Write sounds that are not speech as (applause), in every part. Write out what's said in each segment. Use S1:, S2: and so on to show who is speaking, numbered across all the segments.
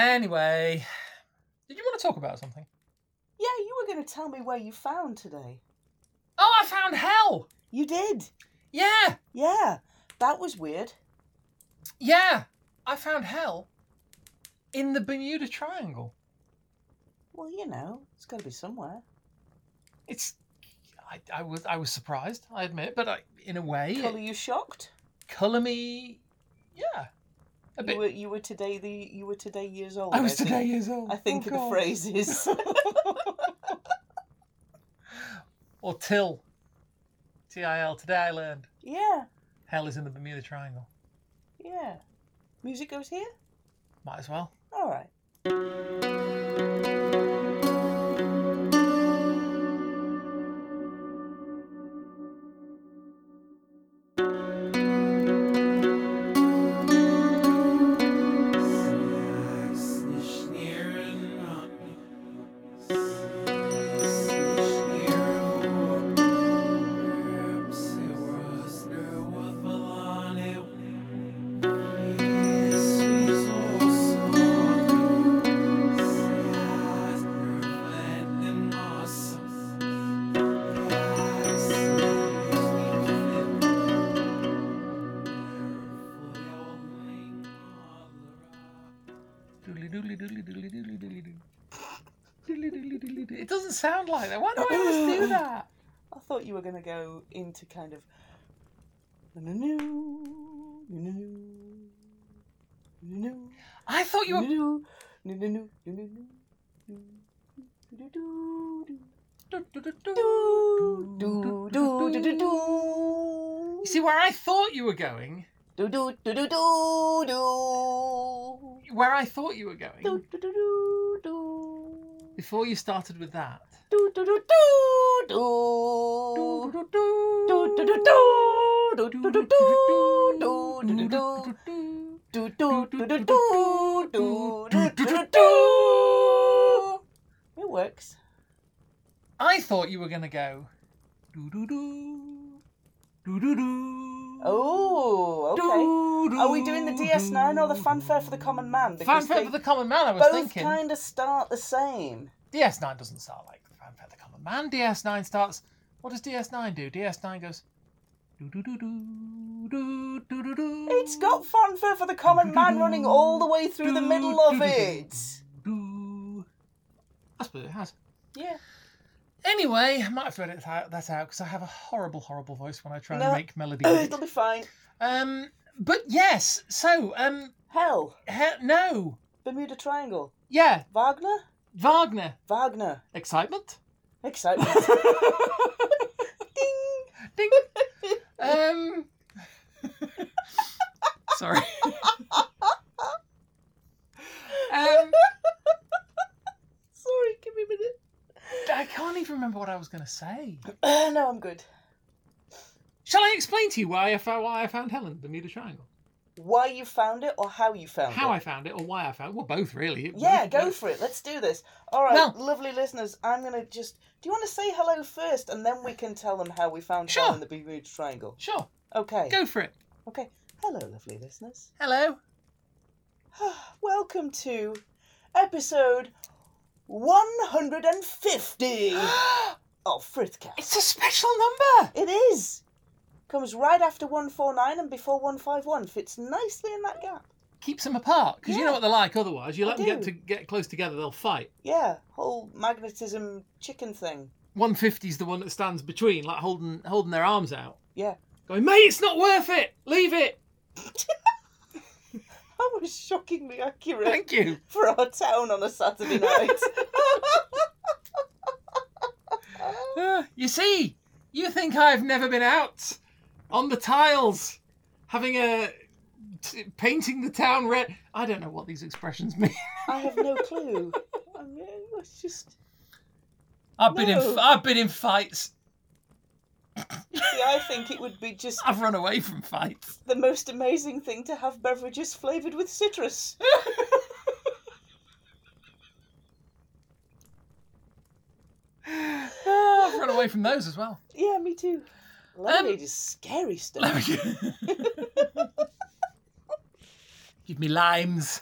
S1: Anyway, did you want to talk about something?
S2: Yeah, you were going to tell me where you found today.
S1: Oh, I found hell.
S2: You did.
S1: Yeah,
S2: Yeah, that was weird.
S1: yeah, I found hell in the Bermuda Triangle.
S2: Well, you know, it's got to be somewhere.
S1: It's, I, I was, I was surprised. I admit, but I, in a way,
S2: Colour,
S1: it,
S2: you shocked?
S1: colour me, yeah, a
S2: You
S1: bit.
S2: were, you were today the you were today years old.
S1: I was
S2: think.
S1: today years old.
S2: I think
S1: Oh,
S2: the
S1: God.
S2: phrase is
S1: or till. T I L. Today I learned
S2: yeah,
S1: hell is in the Bermuda Triangle.
S2: yeah. Music goes here.
S1: Might as well.
S2: All right.
S1: Doodly doodly doodly doodly doodly doodly doo. Doodly doodly doodly doo. It doesn't sound like that. Why do I always
S2: (gasps)
S1: do that?
S2: I thought you were going to go into kind of. No, no, no,
S1: I thought you were. (laughs)
S2: no, no, no, no, no, no, no, no. Do, do, do, do, do, do.
S1: You see where I thought you were going.
S2: Do, do, do, do, do, do.
S1: Where I thought you were
S2: Do,
S1: going
S2: do, do, do, do.
S1: before you started with that.
S2: Do, do, do, do, do. Do, do, do, do. Do, do, do, do, do, do, do, do. Do, do, do, do, do, do, do, do, do, do. It works.
S1: I thought you were gonna go. Do do do. Do do do.
S2: Oh, okay. Are we doing the DS9 or the fanfare for the common man? Because
S1: fanfare
S2: they
S1: for the common man? I was
S2: both
S1: thinking.
S2: kind of start the same.
S1: DS9 doesn't start like fanfare for the common man. DS9 starts. What does DS9 do? DS9 goes. Do do do do do do do do.
S2: It's got fanfare for the common man running all the way through the middle of it.
S1: Do. That's what it has.
S2: Yeah.
S1: Anyway, I might have read it out, that out because I have a horrible, horrible voice when I try
S2: No.
S1: and make melody. with
S2: Uh, It'll (laughs)
S1: it.
S2: be fine.
S1: um, but yes. So um,
S2: Hell.
S1: he- no.
S2: Bermuda Triangle.
S1: Yeah,
S2: Wagner?
S1: Wagner.
S2: Wagner.
S1: Excitement.
S2: Excitement.
S1: Ding. (laughs) Um. Sorry. (laughs) um,
S2: Sorry, give me a minute.
S1: I can't even remember what I was going to say.
S2: Uh, no, I'm good.
S1: Shall I explain to you why I, fo- why I found Helen, the Bermuda Triangle?
S2: Why you found it or how you found
S1: How
S2: it?
S1: I found it, or why I found it? Well, both really. It-
S2: Yeah,
S1: both-
S2: go
S1: both-
S2: for it. Let's do this. All right,
S1: Well-
S2: lovely listeners, I'm going to just. Do you want to say hello first and then we can tell them how we found
S1: Sure.
S2: Hell in the Bermuda Triangle?
S1: Sure,
S2: Okay.
S1: go for it.
S2: Okay. Hello, lovely listeners.
S1: (gasps) Hello.
S2: Welcome to episode 150 of Frithcast.
S1: it's a special number.
S2: It is! Comes right after 149 and before 151. Fits nicely in that gap.
S1: Keeps them apart because you
S2: Yeah.
S1: know what they're like. Otherwise, you
S2: I
S1: let them get
S2: do.
S1: to get close together, they'll fight.
S2: Yeah, whole magnetism chicken thing. (laughs)
S1: 150 is the one that stands between, like holding holding their arms out.
S2: Yeah.
S1: Going, mate, it's not worth it. Leave it.
S2: That was shockingly accurate
S1: Thank you.
S2: for our town on a (laughs) Saturday night.
S1: Uh, (laughs) you see, you think I've never been out on the tiles, having a t- painting the town red. I don't know what these expressions mean.
S2: I have no clue. (laughs) I mean, it's just.
S1: I've been in
S2: No.
S1: I've been in fights.
S2: See, I think it would be just
S1: I've run away from fights.
S2: the most amazing thing to have beverages flavoured
S1: (laughs)
S2: with citrus.
S1: I've run away from those as well.
S2: Yeah, me too. Lemonade
S1: Um,
S2: is
S1: (laughs)
S2: scary stuff.
S1: Give me limes,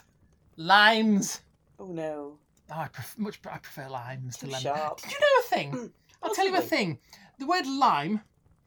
S1: Limes.
S2: Oh no.
S1: Oh, I pref- much I prefer limes
S2: Too
S1: to lemon.
S2: sharp.
S1: Did you know a thing?
S2: Mm,
S1: I'll tell you a
S2: possibly.
S1: thing. The word lime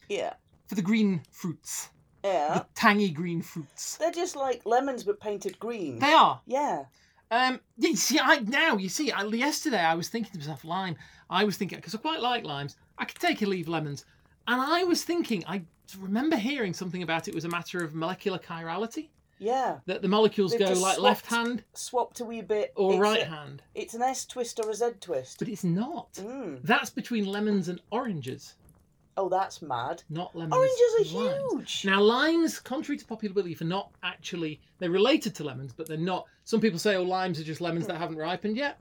S2: Yeah.
S1: for the green fruits,
S2: Yeah.
S1: the tangy green fruits.
S2: They're just like lemons but painted green.
S1: They are.
S2: Yeah.
S1: Um, yeah, you see, I now you see. I, yesterday, I was thinking to myself, lime. I was thinking because I quite like limes. I could take or leave lemons, and I was thinking. I remember hearing something about it was a matter of molecular chirality
S2: Yeah.
S1: that the molecules
S2: They've
S1: go
S2: just
S1: like
S2: swapped
S1: left hand
S2: Swapped a wee bit.
S1: or
S2: It's
S1: right
S2: a-
S1: hand,
S2: It's an S twist or a Z twist.
S1: but it's not.
S2: Mm.
S1: That's between lemons and oranges,
S2: Oh, that's mad.
S1: not lemons.
S2: Oranges are
S1: and limes.
S2: huge.
S1: Now, limes, contrary to popular belief, are not actually, they're related to lemons, but they're not. Some people say, oh, limes are just lemons that haven't ripened yet.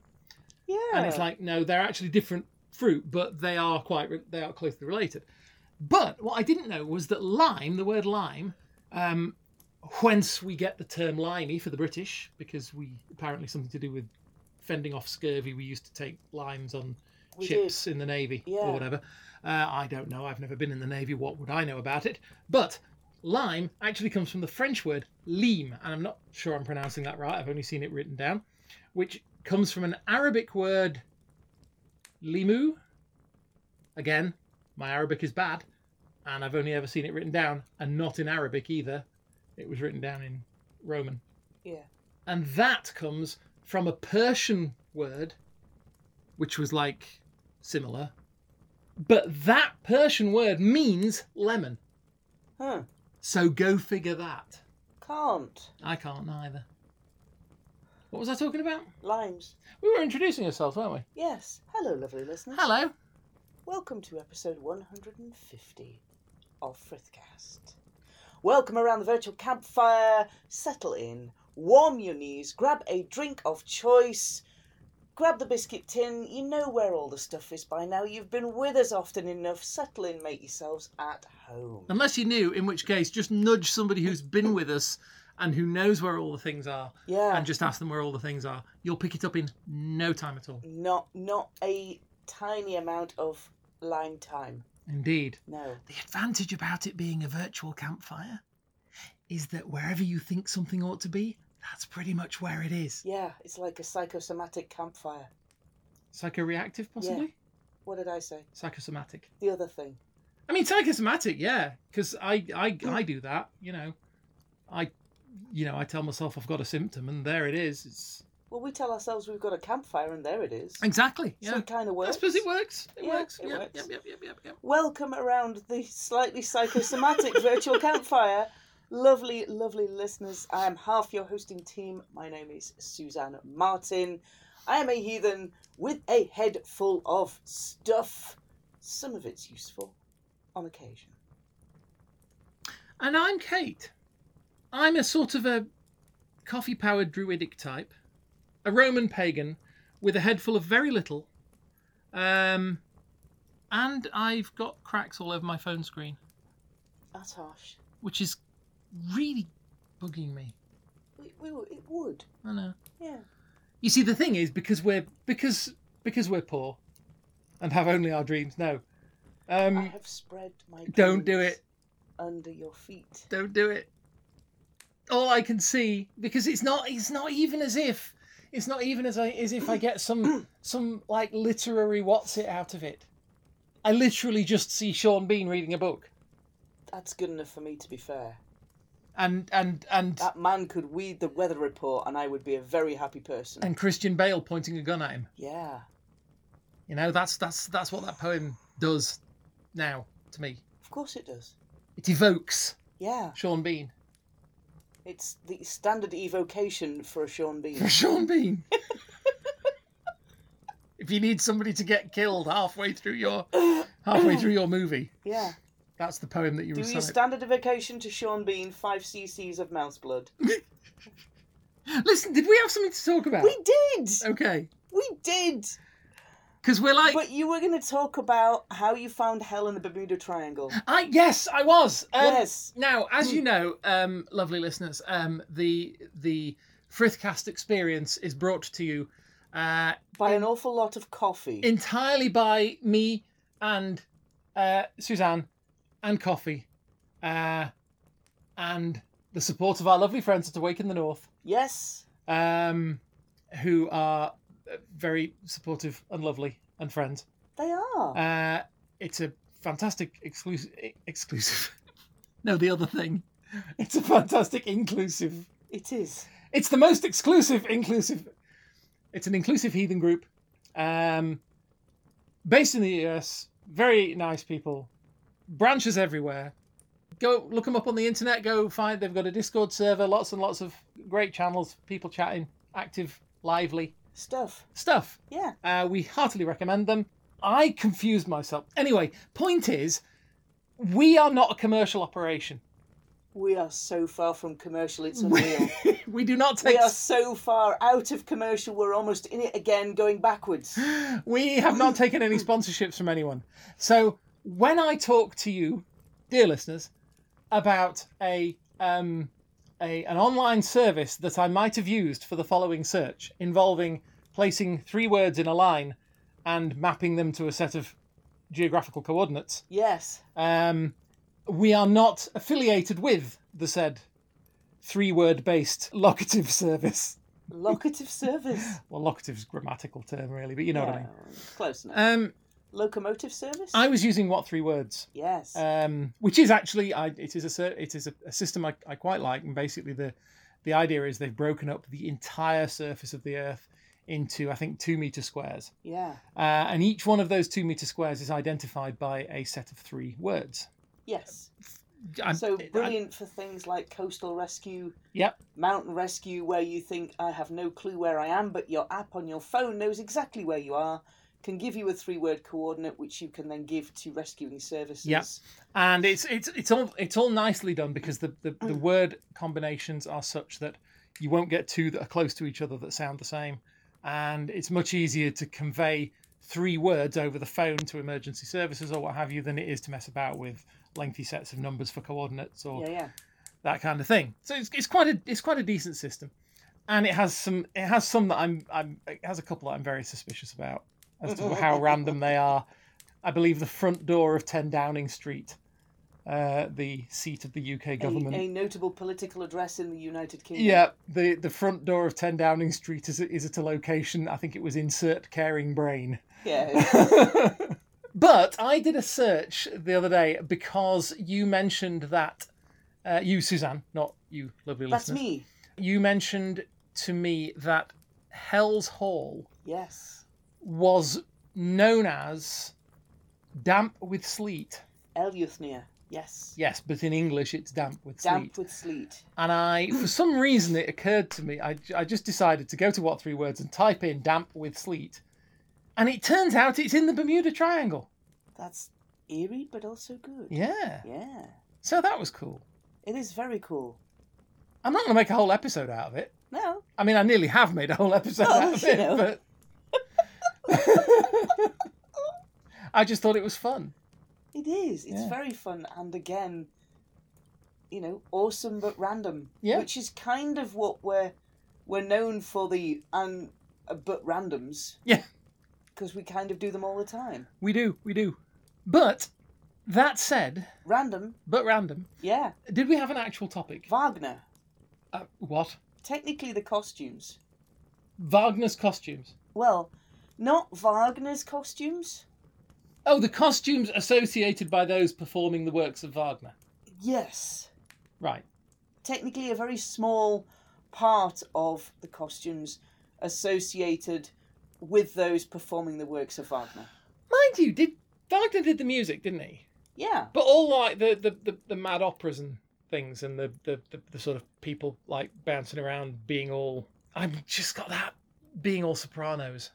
S2: Yeah.
S1: And it's like, no, they're actually different fruit, but they are quite, re- they are closely related. But what I didn't know was that lime, the word lime, um, whence we get the term limey for the British, because we apparently something to do with fending off scurvy, we used to take limes on
S2: we did.
S1: ships in the navy
S2: Yeah.
S1: or whatever. Uh, I don't know. I've never been in the navy. What would I know about it? But lime actually comes from the French word lime, and I'm not sure I'm pronouncing that right. I've only seen it written down, which comes from an Arabic word limu. Again, my Arabic is bad, and I've only ever seen it written down, and not in Arabic either. It was written down in Roman.
S2: Yeah.
S1: And that comes from a Persian word, which was like similar. But that Persian word means lemon.
S2: Huh.
S1: So go figure that.
S2: Can't.
S1: I can't either. What was I talking about?
S2: Limes.
S1: We were introducing ourselves, weren't we?
S2: Yes. Hello, lovely listeners.
S1: Hello.
S2: Welcome to episode 150 of Frithcast. Welcome around the virtual campfire, settle in, warm your knees, grab a drink of choice, grab the biscuit tin. You know where all the stuff is by now. You've been with us often enough. Settle in, make yourselves at home.
S1: Unless you knew, in which case, just nudge somebody who's been with us and who knows where all the things are
S2: Yeah.
S1: and just ask them where all the things are. You'll pick it up in no time at all.
S2: Not not a tiny amount of lime time.
S1: Indeed.
S2: No.
S1: The advantage about it being a virtual campfire is that wherever you think something ought to be, that's pretty much where it is.
S2: Yeah, it's like a psychosomatic campfire.
S1: Psychoreactive, possibly?
S2: What did I say?
S1: Psychosomatic.
S2: The other thing.
S1: I mean, psychosomatic, yeah, because I, I, I do that, you know. I, you know, I tell myself I've got a symptom, and there it is. It's
S2: Well, we tell ourselves we've got a campfire, and there it is.
S1: exactly,
S2: So
S1: yeah.
S2: it kind of works.
S1: I suppose it works. It
S2: Yeah,
S1: works.
S2: it
S1: yep,
S2: works.
S1: Yep, yep, yep, yep, yep.
S2: Welcome around the
S1: (laughs)
S2: slightly psychosomatic virtual campfire. Lovely, lovely listeners. I am half your hosting team. My name is Suzanne Martin. I am a heathen with a head full of stuff. Some of it's useful on occasion.
S1: And I'm Kate. I'm a sort of a coffee powered druidic type, a Roman pagan with a head full of very little. Um, and I've got cracks all over my phone screen,
S2: That's harsh.
S1: which is really bugging me.
S2: It, it would.
S1: I know.
S2: Yeah.
S1: You see, the thing is, because we're because because we're poor, and have only our dreams. No,
S2: I
S1: um,
S2: have spread my.
S1: don't do
S2: dreams
S1: it.
S2: Under your feet.
S1: don't do it. All I can see, because it's not it's not even as if it's not even as I as if I get some some like literary what's it out of it. I literally just see Sean Bean reading a book,
S2: That's good enough for me, to be fair.
S1: and and and
S2: That man could read the weather report, and I would be a very happy person.
S1: and Christian Bale pointing a gun at him.
S2: Yeah.
S1: You know, that's that's that's what that poem does now to me.
S2: Of course it does.
S1: It evokes
S2: Yeah,
S1: Sean Bean. (laughs)
S2: it's the standard evocation for a Sean (laughs) Bean.
S1: Sean Bean. if you need somebody to get killed halfway through your halfway through your movie,
S2: yeah.
S1: that's the poem that you
S2: Do your
S1: recite.
S2: standard evocation to Sean Bean, five cc's of mouse blood.
S1: Listen, did we have something to talk about?
S2: We did!
S1: Okay,
S2: We did!
S1: because we're like,
S2: But you were going to talk about how you found hell in the Bermuda Triangle.
S1: I yes, I was. Um,
S2: yes. Hmm.
S1: Now, as you know, um, lovely listeners, um, the the Frithcast experience is brought to you uh,
S2: By an awful lot of coffee.
S1: entirely by me and uh, Suzanne and coffee uh, and the support of our lovely friends at Awake in the North.
S2: yes.
S1: um, who are uh, very supportive and lovely and friends.
S2: They are.
S1: Uh, it's a fantastic exclusive. Exclusive. (laughs) no, the other thing. It's a fantastic inclusive.
S2: it is.
S1: It's the most exclusive inclusive. It's an inclusive heathen group, um, based in the US. Very nice people. Branches everywhere. Go look them up on the internet. Go find they've got a Discord server. Lots and lots of great channels. People chatting, active, lively
S2: Stuff.
S1: stuff.
S2: Yeah.
S1: Uh, we heartily recommend them. I confused myself. Anyway, point is, we are not a commercial operation.
S2: We are so far from
S1: (laughs)
S2: commercial, it's unreal.
S1: we do not
S2: we
S1: take.
S2: are so far out of commercial, we're almost in it again, going
S1: (gasps)
S2: backwards.
S1: We have not taken any sponsorships from anyone. So when I talk to you, dear listeners, about a um, a an online service that I might have used for the following search, involving placing three words in a line and mapping them to a set of geographical coordinates.
S2: Yes.
S1: Um, we are not affiliated with the said three word based (laughs) locative service.
S2: Locative service.
S1: Well, locative's a grammatical term, really, but you know what I mean.
S2: Yeah, Close enough.
S1: Um,
S2: Locomotive service?
S1: I was using what three words,
S2: yes.
S1: um, which is actually I, it is a ser- it is a, a system I, I quite like, and basically the the idea is they've broken up the entire surface of the Earth into I think two meter squares,
S2: yeah.
S1: uh, and each one of those two meter squares is identified by a set of three words.
S2: Yes.
S1: I'm-
S2: so
S1: I-
S2: brilliant for things like coastal rescue,
S1: Yep.
S2: mountain rescue, where you think I have no clue where I am, but your app on your phone knows exactly where you are, can give you a three-word coordinate which you can then give to rescuing services.
S1: and it's it's it's all it's all nicely done because the the, the word combinations are such that you won't get two that are close to each other that sound the same and it's much easier to convey three words over the phone to emergency services or what have you than it is to mess about with lengthy sets of numbers for coordinates or
S2: Yeah, yeah.
S1: that kind of thing so it's, it's quite a it's quite a decent system and it has some it has some that i'm i'm it has a couple that i'm very suspicious about as to
S2: (laughs)
S1: how random they are i believe the front door of 10 downing street uh, the seat of the uk
S2: A,
S1: government
S2: a notable political address in the United Kingdom.
S1: yeah the the front door of 10 downing street is, is at a location i think it was insert caring brain (laughs)
S2: Yeah.
S1: but I did a search the other day because you mentioned that uh, you, Suzanne, not you, lovely
S2: That's
S1: listeners.
S2: me.
S1: You mentioned to me that Hell's Hall
S2: Yes.
S1: was known as damp with sleet.
S2: Eleuthnia. Yes.
S1: Yes, but in English it's damp with
S2: Damp
S1: sleet.
S2: with sleet.
S1: And I, for some reason, it occurred to me, I, I just decided to go to What Three Words and type in damp with sleet. And it turns out it's in the Bermuda Triangle.
S2: That's eerie but also good.
S1: Yeah.
S2: Yeah.
S1: So that was cool.
S2: It is very cool.
S1: I'm not going to make a whole episode out of it.
S2: No,
S1: I mean, I nearly have made a whole episode
S2: Oh,
S1: out of
S2: you
S1: it,
S2: know.
S1: but (laughs) I just thought it was fun.
S2: It is. It's
S1: Yeah.
S2: very fun and again, you know, awesome but random.
S1: Yeah.
S2: Which is kind of what we're we're known for the and uh, but randoms.
S1: Yeah.
S2: Because we kind of do them all the time.
S1: We do, we do. But that said,
S2: Random,
S1: but random,
S2: yeah.
S1: did we have an actual topic?
S2: Wagner.
S1: Uh, what?
S2: Technically, the costumes.
S1: Wagner's costumes.
S2: Well, not Wagner's costumes.
S1: Oh, the costumes associated by those performing the works of Wagner.
S2: Yes.
S1: Right.
S2: technically a very small part of the costumes associated with those performing the works of Wagner.
S1: Mind you, did Wagner did the music, didn't he?
S2: Yeah,
S1: But all like the the, the, the mad operas and things and the, the, the, the sort of people like bouncing around being all I've just got that being all sopranos.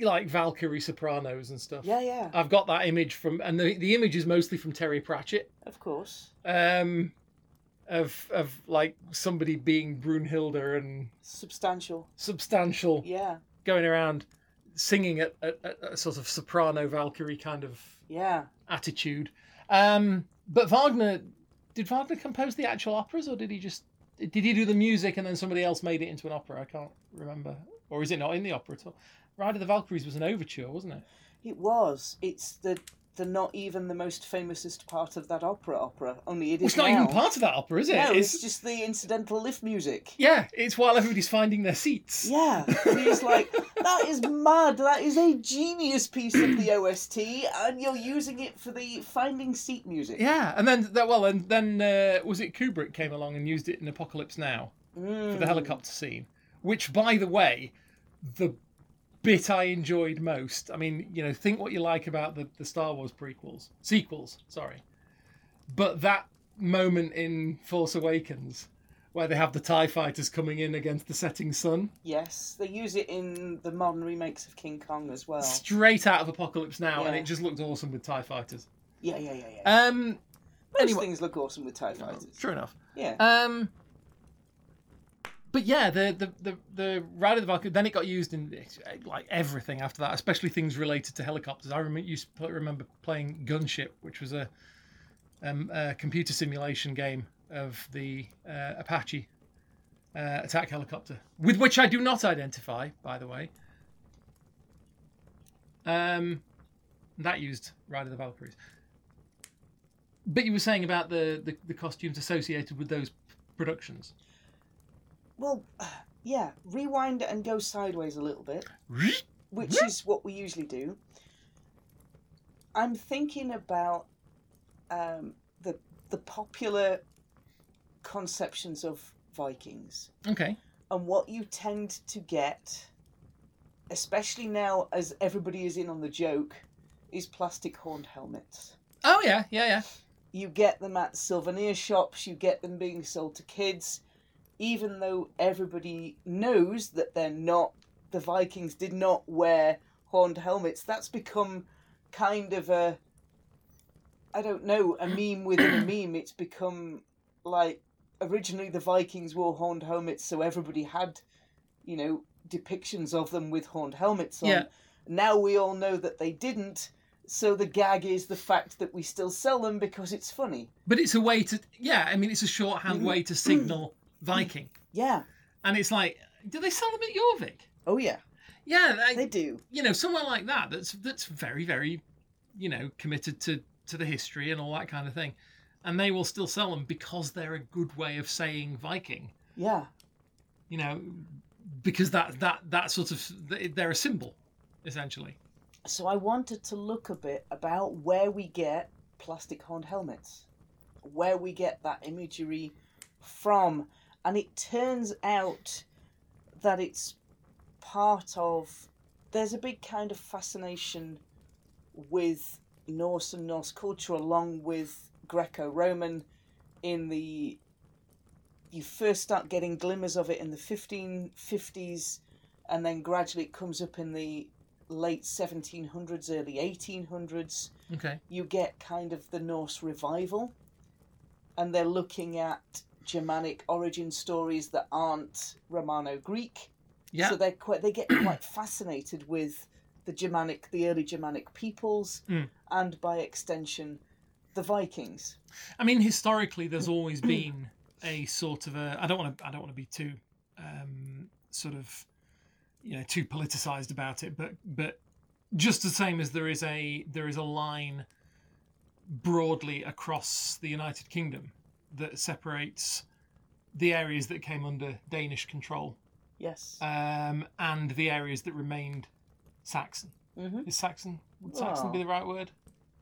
S1: Like Valkyrie sopranos and stuff.
S2: yeah, yeah,
S1: I've got that image from and the, the image is mostly from Terry Pratchett.
S2: of course.
S1: Um of of like somebody being Brunhilde and
S2: Substantial.
S1: substantial
S2: Yeah,
S1: going around singing at, at, at a sort of soprano Valkyrie kind of
S2: yeah.
S1: attitude. Um, but Wagner, did Wagner compose the actual operas, or did he just did he do the music and then somebody else made it into an opera? I can't remember, or is it not in the opera at all? Ride of the Valkyries was an overture, wasn't it?
S2: It was. It's the the not even the most famousest part of that opera opera. Only it
S1: Well,
S2: is
S1: it's not
S2: now.
S1: even part of that opera, is it?
S2: No,
S1: it's,
S2: it's just the incidental lift music.
S1: yeah, it's while everybody's finding their seats.
S2: Yeah, and he's like, that is mad. That is a genius piece of the OST, and you're using it for the finding seat music.
S1: Yeah, and then that well, and then uh, was it Kubrick came along and used it in Apocalypse Now for the
S2: Mm.
S1: helicopter scene, which by the way, the bit I enjoyed most. I mean, you know, think what you like about the the Star Wars prequels, sequels, sorry, but that moment in Force Awakens where they have the Tie Fighters coming in against the setting sun,
S2: Yes, they use it in the modern remakes of King Kong as
S1: (laughs)
S2: well.
S1: straight out of Apocalypse Now, and
S2: Oh. Yeah.
S1: it just looked awesome with Tie Fighters.
S2: Yeah, yeah, yeah, yeah.
S1: Um,
S2: Those
S1: anyway- Oh,
S2: things look awesome with TIE fighters.
S1: sure enough.
S2: Yeah.
S1: Um, but yeah, the the the, the Ride of the Valkyrie. Then it got used in eh, like everything after that, especially things related to helicopters. I remember used to pl- remember playing Gunship, which was a um, a computer simulation game of the uh, Apache uh, attack helicopter, with which I do not identify, by the way. Um, that used Ride of the Valkyries. But you were saying about the, the, the costumes associated with those productions.
S2: Well, (sighs) yeah, rewind and go sideways a little bit, which
S1: Yeah.
S2: is what we usually do. I'm thinking about um, the the popular conceptions of Vikings
S1: Okay.
S2: and what you tend to get, especially now as everybody is in on the joke, is plastic horned helmets.
S1: Oh yeah, yeah, yeah.
S2: You get them at souvenir shops, you get them being sold to kids, even though everybody knows that they're not, the Vikings did not wear horned helmets. That's become kind of a, I don't know, a meme within a meme. It's become like originally the Vikings wore horned helmets, so everybody had, you know, depictions of them with horned helmets on.
S1: Yeah.
S2: Now we all know that they didn't. So the gag is the fact that we still sell them because it's funny.
S1: But it's a way to yeah. I mean, it's a shorthand way to signal Viking,
S2: Yeah.
S1: and it's like, do they sell them at Jorvik?
S2: Oh yeah.
S1: Yeah, they-
S2: They do.
S1: you know, somewhere like that. That's that's very very, you know, committed to to the history and all that kind of thing, and they will still sell them because they're a good way of saying Viking.
S2: Yeah.
S1: You know, because that that that sort of they're a symbol, essentially.
S2: So I wanted to look a bit about where we get plastic horned helmets, where we get that imagery from. And it turns out that it's part of. There's a big kind of fascination with Norse and Norse culture, along with Greco Roman, in the. You first start getting glimmers of it in the 1550s, and then gradually it comes up in the late 1700s, early 1800s,
S1: Okay.
S2: you get kind of the Norse revival. And they're looking at Germanic origin stories that aren't Romano Greek.
S1: Yeah.
S2: So they're quite, they
S1: (clears throat)
S2: get quite fascinated with the Germanic, the early Germanic peoples,
S1: Mm.
S2: and by extension, the Vikings.
S1: I mean, historically, there's always been a sort of a. I don't want to. I don't want to be too um, sort of, you know, too politicized about it. But but just the same as there is a there is a line broadly across the United Kingdom that separates the areas that came under Danish control
S2: Yes.
S1: um, and the areas that remained Saxon.
S2: hmm
S1: Is Saxon would Saxon be
S2: Well,
S1: the right word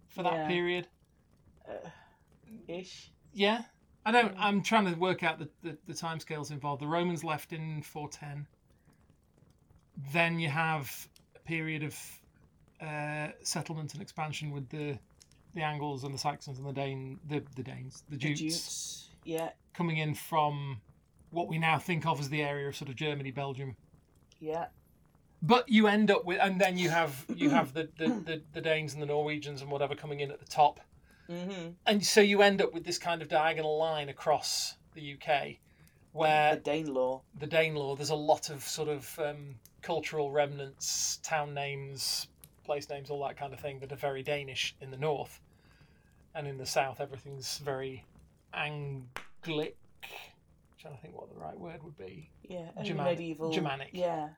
S1: for that
S2: yeah.
S1: period?
S2: Uh, ish.
S1: Yeah. I don't.
S2: Mm.
S1: I'm trying to work out the, the, the timescales involved. The Romans left in 410. Then you have a period of uh, settlement and expansion with the the Angles and the Saxons and the Dane, the, the Danes, the
S2: The
S1: Jutes,
S2: Jutes. Yeah,
S1: coming in from what we now think of as the area of sort of Germany, Belgium.
S2: yeah.
S1: But you end up with, and then you have you have the the, the, the Danes and the Norwegians and whatever coming in at the top
S2: Mm-hmm.
S1: and so you end up with this kind of diagonal line across the UK,
S2: The
S1: where
S2: Danelaw.
S1: the Danelaw there's a lot of sort of um, cultural remnants, town names, place names, all that kind of thing that are very Danish in the north, and in the south everything's very Anglic. Trying to think what the right word would be.
S2: Yeah, early
S1: Germanic-
S2: medieval.
S1: Germanic.
S2: Yeah.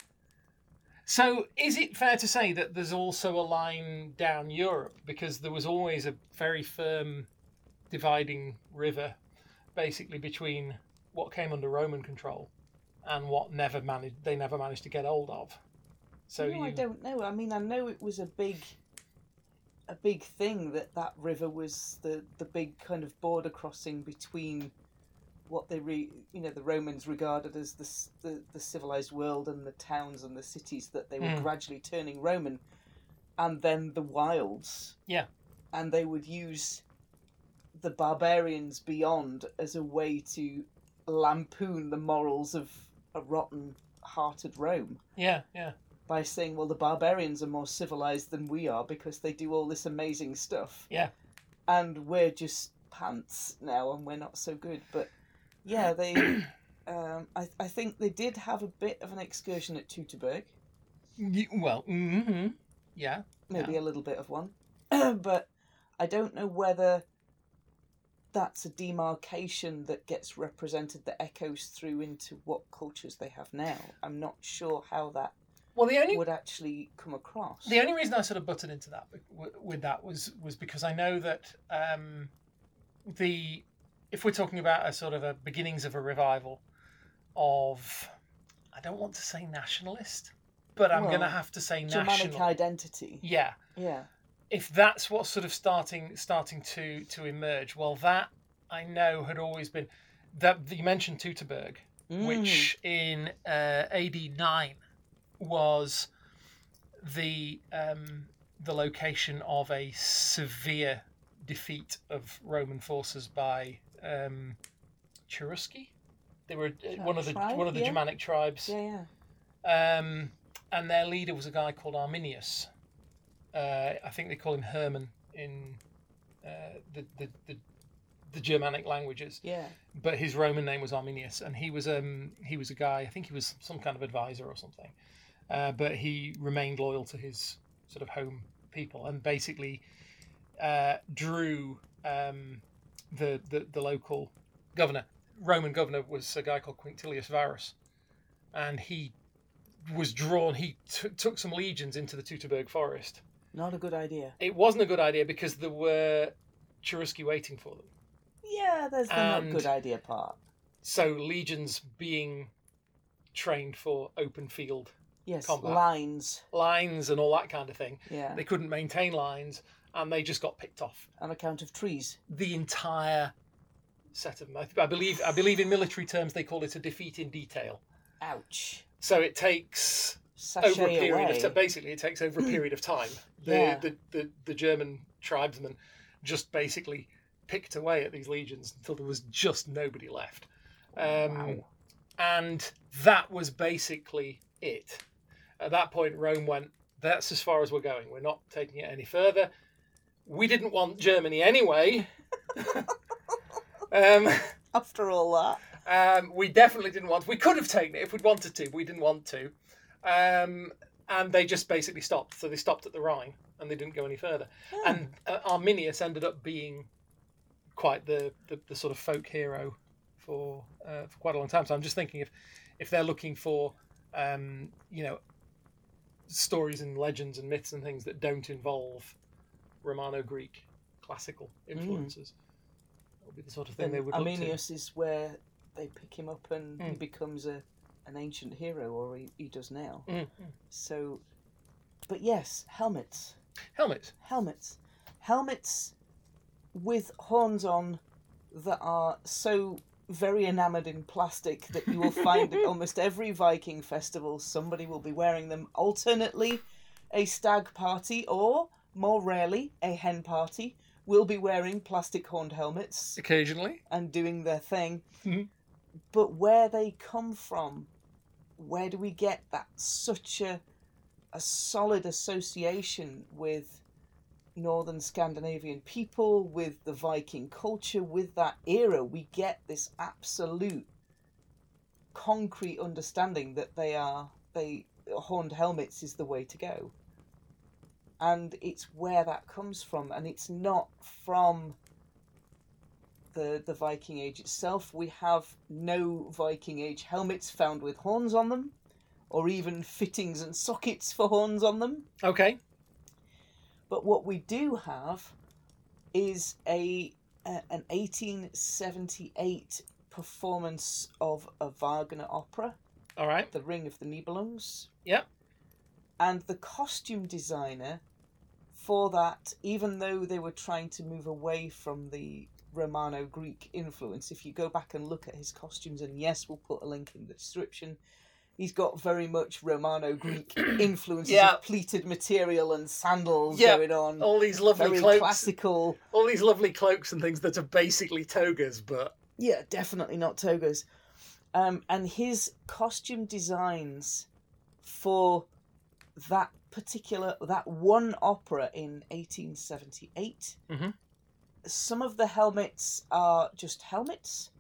S1: So, is it fair to say that there's also a line down Europe because there was always a very firm dividing river, basically between what came under Roman control and what never managed they never managed to get hold of. So
S2: no, I
S1: you-
S2: don't know. I mean, I know it was a big, a big thing that that river was the the big kind of border crossing between what they re you know the Romans regarded as the s- the, the civilized world and the towns and the cities that they were
S1: Mm.
S2: gradually turning Roman, and then the wilds.
S1: Yeah.
S2: and they would use the barbarians beyond as a way to lampoon the morals of a rotten-hearted Rome
S1: yeah, yeah.
S2: by saying, well, the barbarians are more civilized than we are because they do all this amazing stuff.
S1: Yeah.
S2: And we're just pants now and we're not so good. But
S1: (clears throat)
S2: yeah, they. um, I, I think they did have a bit of an excursion at Teutoburg,
S1: Y- Well, mm-hmm. yeah.
S2: maybe a little bit of one. (clears throat) but I don't know whether that's a demarcation that gets represented that echoes through into what cultures they have now. I'm not sure how that
S1: Well, the only
S2: would actually come across.
S1: The only reason I sort of butted into that w- with that was was because I know that um, the if we're talking about a sort of a beginnings of a revival of I don't want to say nationalist, but I'm going to
S2: Well,
S1: have to say
S2: Germanic
S1: national.
S2: identity.
S1: Yeah,
S2: Yeah.
S1: if that's what's sort of starting starting to to emerge, well, that I know had always been that you mentioned Teutoburg
S2: Mm.
S1: which in uh, AD nine was the um, the location of a severe defeat of Roman forces by um, Cherusci. They were uh, one of the
S2: Tribe,
S1: one of the
S2: yeah.
S1: Germanic tribes,
S2: Yeah, yeah.
S1: um, and their leader was a guy called Arminius. Uh, I think they call him Herman in uh, the, the the the Germanic languages
S2: Yeah.
S1: but his Roman name was Arminius, and he was um he was a guy. I think he was some kind of advisor or something, uh, but he remained loyal to his sort of home people and basically uh, drew um, the, the the local governor. Roman governor was a guy called Quintilius Varus, and he was drawn. He t- took some legions into the Teutoburg forest.
S2: Not a good idea.
S1: It wasn't a good idea because there were Cherusci waiting for them.
S2: Yeah, there's the
S1: And-
S2: not good idea part.
S1: So legions being trained for open field
S2: Yes,
S1: Combat.
S2: lines.
S1: lines and all that kind of thing.
S2: Yeah.
S1: They couldn't maintain lines and they just got picked off.
S2: On account of trees.
S1: The entire set of them. I, I believe I believe in military terms they call it a defeat in detail.
S2: Ouch.
S1: So it takes
S2: Sashay
S1: over a period
S2: away.
S1: of t- basically it takes over a period of
S2: (clears throat)
S1: time. The,
S2: Yeah.
S1: the, the the German tribesmen just basically picked away at these legions until there was just nobody left. Um,
S2: Wow.
S1: and that was basically it. At that point, Rome went, "That's as far as we're going. We're not taking it any further." We didn't want Germany anyway. um,
S2: After all that.
S1: um, we definitely didn't want. We could have taken it if we'd wanted to. but We didn't want to, um, and they just basically stopped. So they stopped at the Rhine, and they didn't go any further. And uh, Arminius ended up being quite the, the, the sort of folk hero for uh, for quite a long time. So I'm just thinking if if they're looking for um, you know stories and legends and myths and things that don't involve Romano Greek classical influences, that would be the sort of thing
S2: Mm. Then
S1: they would. look to.
S2: Arminius is where they pick him up and he
S1: Mm.
S2: becomes a an ancient hero, or he, he does now.
S1: Mm, mm.
S2: So, but yes, helmets.
S1: Helmet.
S2: helmets helmets with horns on that are so very enamored in plastic that you will find at almost every viking festival somebody will be wearing them alternately a stag party or more rarely a hen party will be wearing plastic horned helmets
S1: Occasionally.
S2: and doing their thing
S1: Mhm.
S2: but where they come from where do we get that such a a solid association with northern Scandinavian people, with the Viking culture, with that era, we get this absolute concrete understanding that they are they horned helmets is the way to go. And it's where that comes from, and it's not from the the Viking Age itself. We have no Viking Age helmets found with horns on them. or even fittings and sockets for horns on them.
S1: Okay.
S2: But what we do have is a, a an 1878 performance of a Wagner opera,
S1: All right.
S2: The Ring of the Nibelungs.
S1: Yep.
S2: And the costume designer for that, even though they were trying to move away from the Romano Greek influence, if you go back and look at his costumes, and yes, we'll put a link in the description, he's got very much Romano
S1: (clears throat)
S2: Greek influences
S1: Yeah.
S2: of pleated material and sandals
S1: Yeah.
S2: going on.
S1: All these lovely
S2: Mm. very
S1: cloaks.
S2: classical.
S1: All these lovely cloaks and things that are basically togas, but
S2: Yeah, definitely not togas. Um, and his costume designs for that particular that one opera in 1878.
S1: Mhm.
S2: Some of the helmets are just helmets.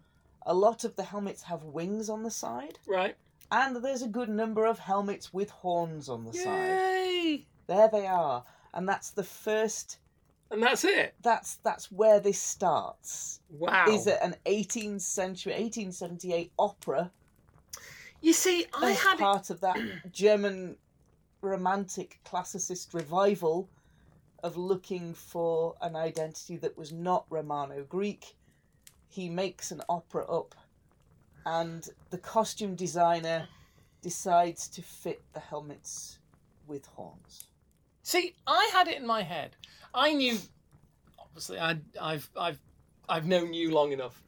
S2: A lot of the helmets have wings on the side,
S1: right.
S2: and there's a good number of helmets with horns on the side.
S1: Yay!
S2: There they are, and that's the first.
S1: And that's it.
S2: That's that's where this starts.
S1: Wow.
S2: Is it an 18th century 1878 opera?
S1: You see, I
S2: as
S1: had
S2: part of that (clears throat) German romantic classicist revival of looking for an identity that was not Romano Greek. He makes an opera up, and the costume designer decides to fit the helmets with horns.
S1: See, I had it in my head. I knew, obviously, I, I've, I've, I've known you long enough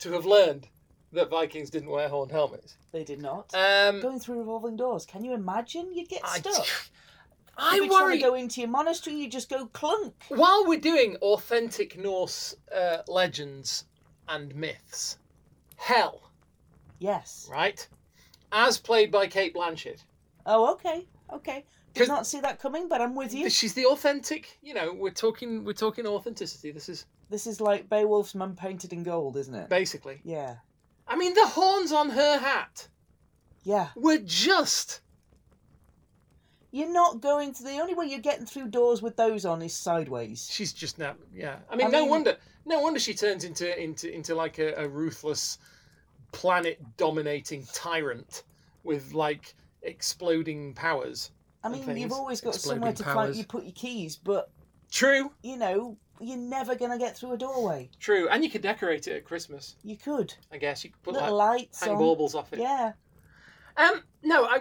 S1: to have learned that Vikings didn't wear horned helmets.
S2: They did not.
S1: Um,
S2: Going through revolving doors, can you imagine? You'd get
S1: I,
S2: stuck.
S1: (laughs) I
S2: You'd be trying
S1: worry.
S2: to go into your monastery, you just go clunk.
S1: While we're doing authentic Norse uh, legends and myths, Hell,
S2: Yes.
S1: right, as played by Kate Blanchett,
S2: Oh, okay. Okay.
S1: Cause-
S2: Did not see that coming, but I'm with you.
S1: she's the authentic. You know, we're talking, we're talking authenticity. This is
S2: This is like Beowulf's mum painted in gold, isn't it?
S1: basically.
S2: yeah.
S1: I mean, the horns on her hat
S2: Yeah.
S1: were just
S2: You're not going to the only way you're getting through doors with those on is sideways.
S1: She's just now, yeah. I mean,
S2: I
S1: no
S2: mean-
S1: wonder, no wonder she turns into into into like a, a ruthless, planet-dominating tyrant with like exploding powers.
S2: I
S1: And
S2: mean,
S1: things,
S2: you've always got
S1: exploding
S2: somewhere to
S1: powers.
S2: find you put your keys, but
S1: True,
S2: you know, you're never gonna get through a doorway.
S1: true. And you could decorate it at Christmas,
S2: You could.
S1: I guess. You could put
S2: Little
S1: like
S2: lights
S1: hang
S2: on.
S1: baubles off it.
S2: Yeah.
S1: Um, no, I.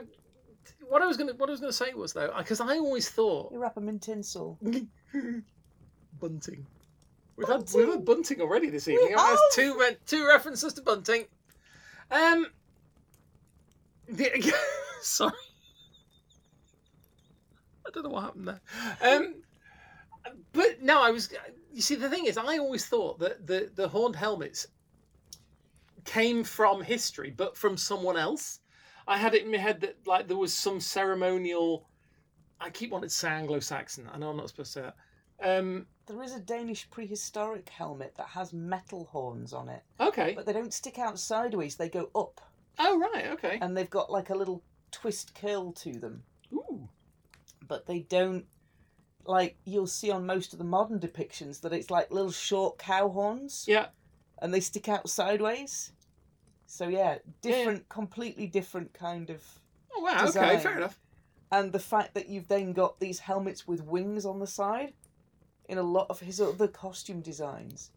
S1: What I was gonna what I was gonna say was though, because I always thought
S2: You wrap them in tinsel.
S1: (laughs) bunting. We've had we've had bunting already this evening.
S2: We
S1: haven't we?
S2: have.
S1: That's two re- two references to bunting. Um. the- (laughs) sorry, I don't know what happened there. Um, but no, I was. You see, the thing is, I always thought that the the horned helmets came from history, but from someone else. I had it in my head that like there was some ceremonial. I keep wanting to say Anglo-Saxon. I know I'm not supposed to say that. Um,
S2: There is a Danish prehistoric helmet that has metal horns on it,
S1: okay.
S2: but they don't stick out sideways, they go up.
S1: Oh right. Okay.
S2: And they've got like a little twist curl to them.
S1: Ooh.
S2: but they don't like you'll see on most of the modern depictions that it's like little short cow horns
S1: Yeah.
S2: and they stick out sideways so yeah
S1: Yeah.
S2: different completely different kind of
S1: Oh wow. Okay.
S2: Design.
S1: Fair enough.
S2: and the fact that you've then got these helmets with wings on the side in a lot of his other costume designs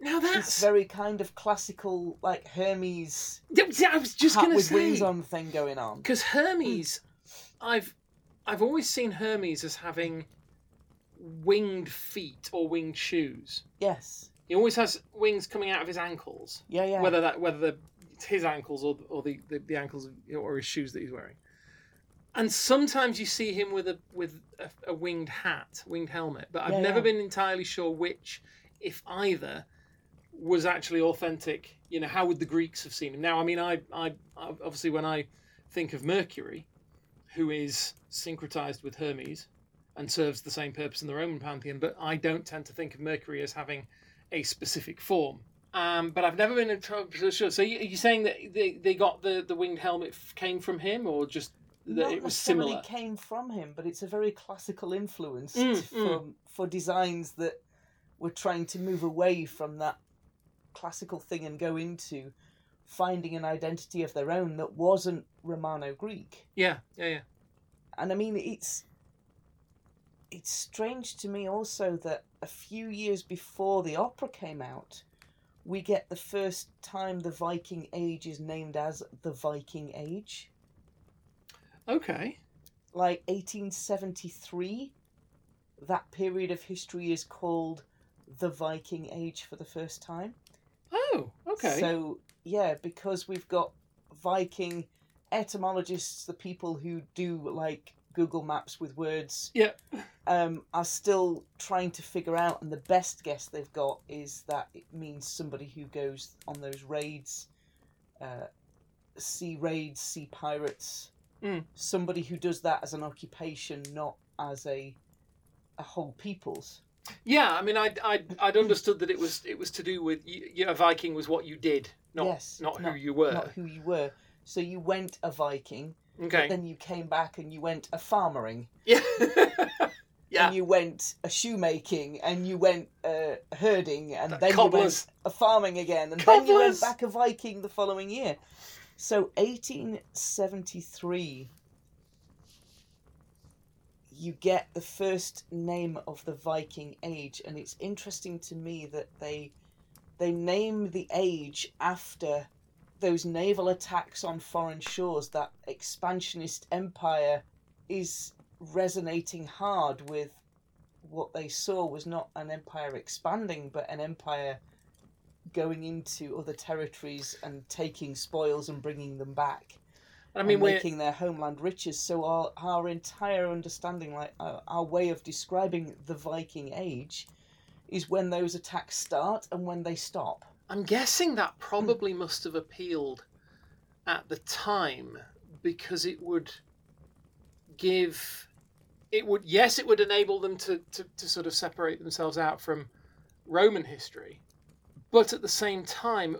S1: Now
S2: it's
S1: that's.
S2: very kind of classical like hermes
S1: Yeah, see, I was just
S2: hat
S1: gonna
S2: with
S1: say.
S2: wings on thing going on
S1: Because Hermes, I've I've always seen Hermes as having winged feet or winged shoes.
S2: yes
S1: He always has wings coming out of his ankles,
S2: yeah yeah
S1: whether that whether the, it's his ankles or or the, the, the ankles of, or his shoes that he's wearing. And sometimes you see him with a with a, a winged hat, winged helmet, but I've
S2: Yeah,
S1: never
S2: yeah.
S1: been entirely sure which, if either, was actually authentic. You know, how would the Greeks have seen him? Now, I mean, I, I I- obviously when I think of Mercury, who is syncretized with Hermes and serves the same purpose in the Roman pantheon, but I don't tend to think of Mercury as having a specific form. Um, but I've never been in trouble. Sure. So you, are you saying that they, they got the, the winged helmet f- came from him, or just that
S2: not
S1: it was
S2: necessarily
S1: similar?
S2: came from him, but it's a very classical influence
S1: Mm,
S2: to- from for designs that were trying to move away from that classical thing and go into finding an identity of their own that wasn't Romano Greek.
S1: Yeah, yeah, yeah.
S2: And I mean, it's it's strange to me also that a few years before the opera came out, we get the first time the Viking Age is named as the Viking Age,
S1: Okay.
S2: like 1873. That period of history is called the Viking Age for the first time.
S1: Oh, okay.
S2: So yeah, because we've got Viking etymologists, the people who do like Google Maps with words,
S1: yeah.
S2: um, are still trying to figure out, and the best guess they've got is that it means somebody who goes on those raids, uh, sea raids, sea pirates,
S1: Mm.
S2: somebody who does that as an occupation, not as a a whole people's.
S1: Yeah, I mean, I'd, I'd, I'd understood that it was it was to do with you, you, a Viking was what you did, not
S2: yes,
S1: not who
S2: not,
S1: you were.
S2: not who you were. So you went a Viking.
S1: okay.
S2: Then you came back and you went a farmering,
S1: (laughs)
S2: (laughs)
S1: Yeah. yeah.
S2: and you went a shoemaking, and you went uh, herding, and
S1: The
S2: then you went
S1: cobblers.
S2: a farming again, and then you went
S1: Cobblers!
S2: back a Viking the following year. So 1873, you get the first name of the Viking Age, and it's interesting to me that they they name the age after those naval attacks on foreign shores. That expansionist empire is resonating hard with what they saw was not an empire expanding, but an empire going into other territories and taking spoils and bringing them back.
S1: I
S2: I
S1: mean, we're
S2: making their homeland riches. So our our entire understanding, like our, our way of describing the Viking Age, is when those attacks start and when they stop.
S1: I'm guessing that probably must have appealed at the time because it would give it would yes it would enable them to, to, to sort of separate themselves out from Roman history but at the same time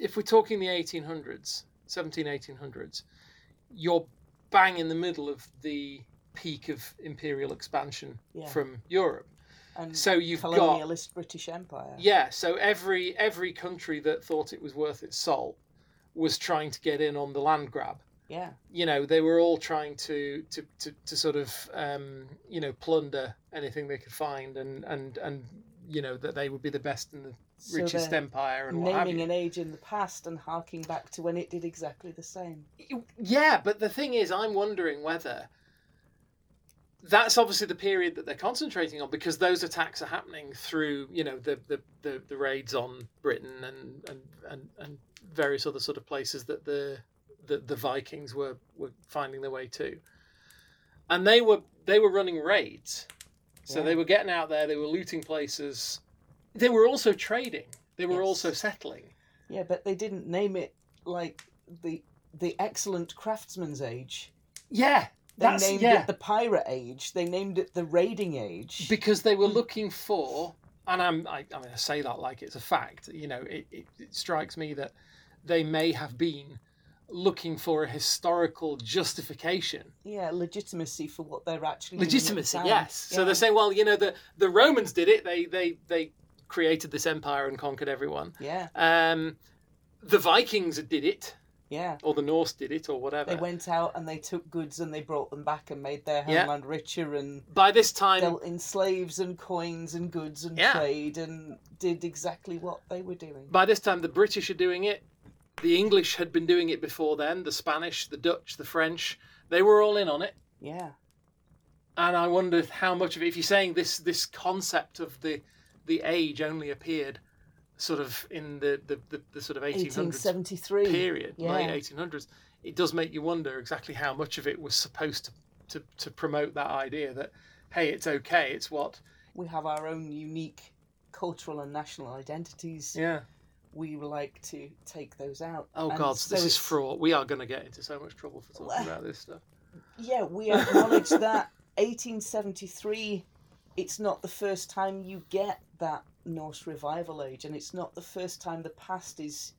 S1: if we're talking the 1800s 17 1800s you're bang in the middle of the peak of imperial expansion
S2: Yeah. Mm.
S1: from Europe
S2: And
S1: so you've got
S2: colonialist British Empire.
S1: yeah, so every every country that thought it was worth its salt was trying to get in on the land grab.
S2: Yeah.
S1: You know, they were all trying to to, to, to sort of um, you know plunder anything they could find, and and and you know that they would be the best and the
S2: So
S1: richest
S2: they're
S1: empire and what have
S2: naming
S1: you.
S2: an age in the past and harking back to when it did exactly the same.
S1: Yeah, but the thing is, I'm wondering whether that's obviously the period that they're concentrating on because those attacks are happening through, you know, the the, the, the raids on Britain and, and, and, and various other sort of places that the the, the Vikings were, were finding their way to. And they were they were running raids. So
S2: Yeah.
S1: they were getting out there, they were looting places. They were also trading. They were
S2: Yes.
S1: also settling.
S2: Yeah, but they didn't name it like the the excellent craftsman's age.
S1: Yeah.
S2: They
S1: That's
S2: named
S1: yeah.
S2: it the pirate age. They named it the raiding age.
S1: because they
S2: Hmm.
S1: were looking for and I'm, I, I mean i say that like it's a fact you know it, it, it strikes me that they may have been looking for a historical justification
S2: yeah, legitimacy for what they're actually doing at the
S1: legitimacy
S2: time.
S1: yes so
S2: Hmm. Yeah.
S1: they're saying well you know the, the romans did it they, they they created this empire and conquered everyone
S2: Yeah,
S1: um, the vikings did it
S2: yeah.
S1: or the norse did it or
S2: They
S1: whatever
S2: went out and they took goods and they brought them back and made their
S1: Yeah.
S2: homeland richer and
S1: by this time
S2: dealt in slaves and coins and goods and
S1: Yeah.
S2: trade and did exactly what they were doing.
S1: by this time the british are doing it the english had been doing it before then the spanish the dutch the french they were all in on it
S2: Yeah,
S1: and I wondered how much of it. If you're saying this this concept of the the age only appeared sort of in the the, the, the sort of 1800s
S2: 1873.
S1: period,
S2: Yeah.
S1: late 1800s, it does make you wonder exactly how much of it was supposed to to, to promote that idea that hey, it's okay, it's what
S2: We have our own unique cultural and national identities.
S1: yeah.
S2: We like to take those out.
S1: Oh
S2: And
S1: God,
S2: so
S1: this is
S2: it's-
S1: fraught. We are going to get into so much trouble for
S2: Well-
S1: talking about this stuff.
S2: Yeah, we acknowledge that. 1873, it's not the first time you get that Norse revival age, and it's not the first time the past is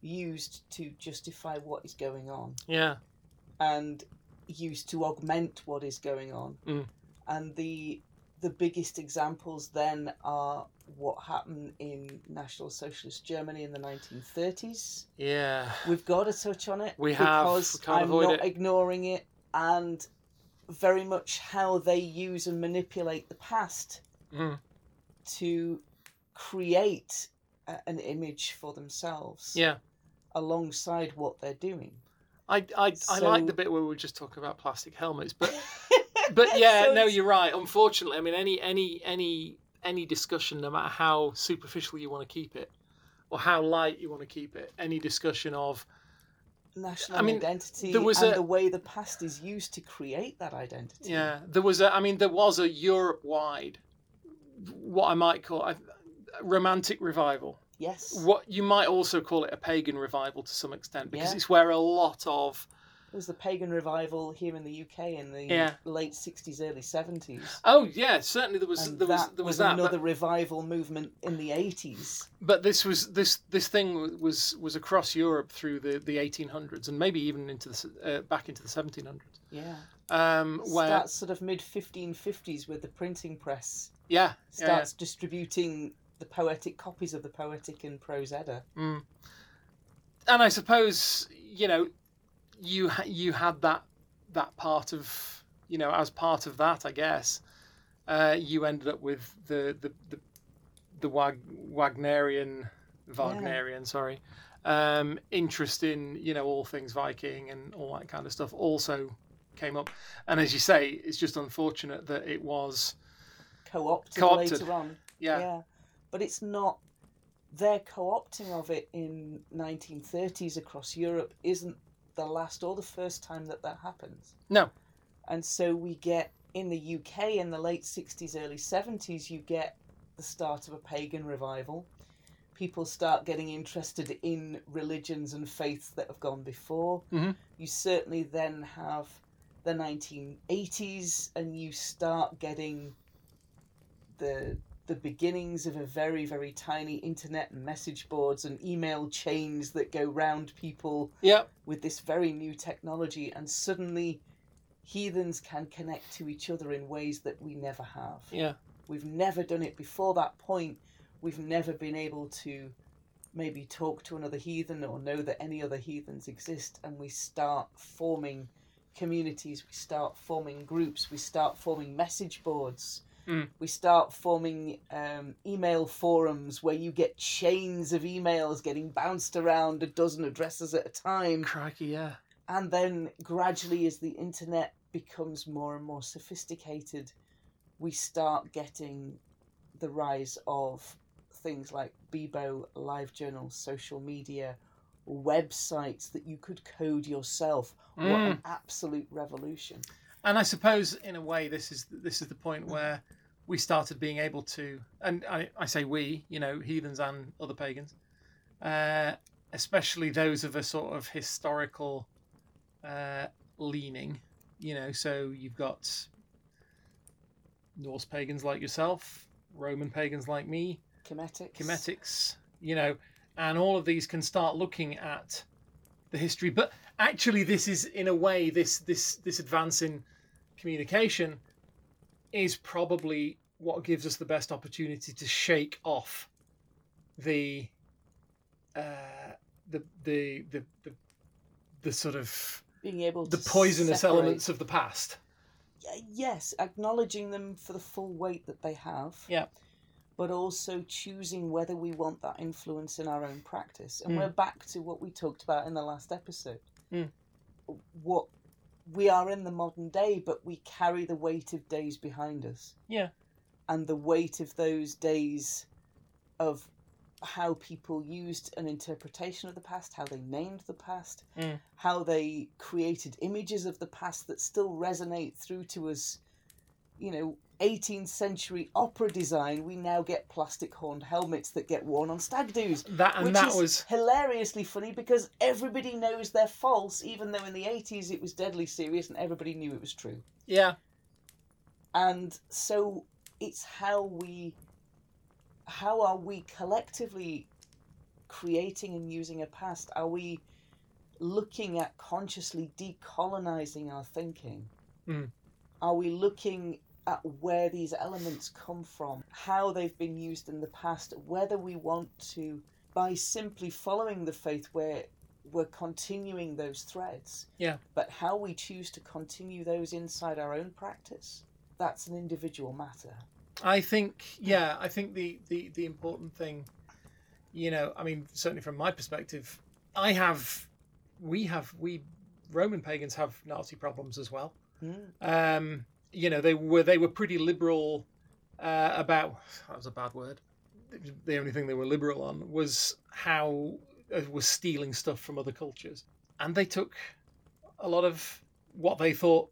S2: used to justify what is going on
S1: Yeah,
S2: and used to augment what is going on.
S1: Mm.
S2: And the the biggest examples then are what happened in National Socialist Germany in the 1930s.
S1: Yeah.
S2: We've got to touch on it.
S1: We have.
S2: Because
S1: We can't
S2: I'm
S1: avoid
S2: not
S1: it.
S2: ignoring it, and very much how they use and manipulate the past
S1: Mm.
S2: to create a, an image for themselves
S1: Yeah.
S2: alongside what they're doing.
S1: I, I, I like
S2: So-
S1: the bit where we were just talking about plastic helmets,
S2: (laughs)
S1: but but yeah,
S2: So
S1: no,
S2: it's-
S1: you're right. Unfortunately, I mean, any any any any discussion, no matter how superficial you want to keep it, or how light you want to keep it, any discussion of
S2: National
S1: I mean,
S2: identity
S1: there was
S2: and
S1: a-
S2: the way the past is used to create that identity.
S1: yeah, there was a, I mean, there was a Europe-wide, what I might call a a romantic revival.
S2: Yes.
S1: What you might also call it a pagan revival to some extent, because
S2: Yeah.
S1: it's where a lot of
S2: It was the pagan revival here in the UK in the
S1: Yeah.
S2: late 60s, early 70s.
S1: Oh yeah, certainly there was
S2: And
S1: there was
S2: that
S1: there was, that,
S2: another
S1: but,
S2: revival movement in the 80s.
S1: but this was this this thing was was across Europe through the the 1800s and maybe even into the s- uh, back into the 1700s.
S2: Yeah.
S1: Um, where
S2: Starts sort of mid 1550s with the printing press
S1: yeah, yeah, yeah.
S2: starts distributing the poetic copies of the Poetic and Prose Edda.
S1: Mm. And I suppose you know, you ha- you had that that part of you know as part of that, I guess, uh, you ended up with the the the, the Wag- Wagnerian Wagnerian, sorry, um, interest in you know all things Viking and all that kind of stuff also came up. And as you say, it's just unfortunate that it was
S2: co-opted,
S1: Co-opted.
S2: later on.
S1: yeah
S2: But it's not their co-opting of it in 1930s across Europe isn't the last or the first time that that happens.
S1: No.
S2: And so we get in the UK in the late 60s early 70s you get the start of a pagan revival. People start getting interested in religions and faiths that have gone before.
S1: Mhm.
S2: You certainly then have the 1980s and you start getting the the beginnings of a very very tiny internet and message boards and email chains that go round people
S1: yeah
S2: with this very new technology and suddenly heathens can connect to each other in ways that we never have
S1: yeah
S2: we've never done it before that point we've never been able to maybe talk to another heathen or know that any other heathens exist and we start forming communities we start forming groups we start forming message boards
S1: Mm.
S2: we start forming um, email forums where you get chains of emails getting bounced around a dozen addresses at a time
S1: crikey yeah
S2: and then gradually, as the internet becomes more and more sophisticated, we start getting the rise of things like Bebo, live journals, social media, websites that you could code yourself. What
S1: Mm.
S2: an absolute revolution.
S1: and I suppose in a way this is this is the point where we started being able to and I, I say we you know heathens and other pagans uh, especially those of a sort of historical uh, leaning you know so you've got Norse pagans like yourself Roman pagans like me
S2: Chemetics.
S1: Chemetics, you know, and all of these can start looking at the history. But actually, this is in a way this this this advance in communication is probably what gives us the best opportunity to shake off the uh, the, the the the the sort of
S2: Being able to
S1: the poisonous
S2: separate-
S1: elements of the past.
S2: Y- yes, acknowledging them for the full weight that they have.
S1: Yeah.
S2: But also choosing whether we want that influence in our own practice. And
S1: Mm.
S2: we're back to what we talked about in the last episode.
S1: Mm.
S2: What we are in the modern day, but we carry the weight of days behind us.
S1: Yeah.
S2: And the weight of those days of how people used an interpretation of the past, how they named the past,
S1: Mm.
S2: how they created images of the past that still resonate through to us. You know, 18th century opera design, we now get plastic horned helmets that get worn on stag doos.
S1: That and
S2: which
S1: that
S2: is
S1: was
S2: hilariously funny because everybody knows they're false, even though in the 80s it was deadly serious and everybody knew it was true.
S1: yeah
S2: And so it's how we, how are we collectively creating and using a past? Are we looking at consciously decolonizing our thinking?
S1: Mm.
S2: Are we looking at where these elements come from, how they've been used in the past, whether we want to, by simply following the faith, where we're continuing those threads.
S1: Yeah.
S2: But how we choose to continue those inside our own practice, that's an individual matter.
S1: I think, yeah, I think the, the, the important thing, you know, I mean, certainly from my perspective, I have, we have, we Roman pagans have Nazi problems as well.
S2: Mm.
S1: Um, you know, they were they were pretty liberal uh, about that was a bad word. The only thing they were liberal on was how uh, was stealing stuff from other cultures, and they took a lot of what they thought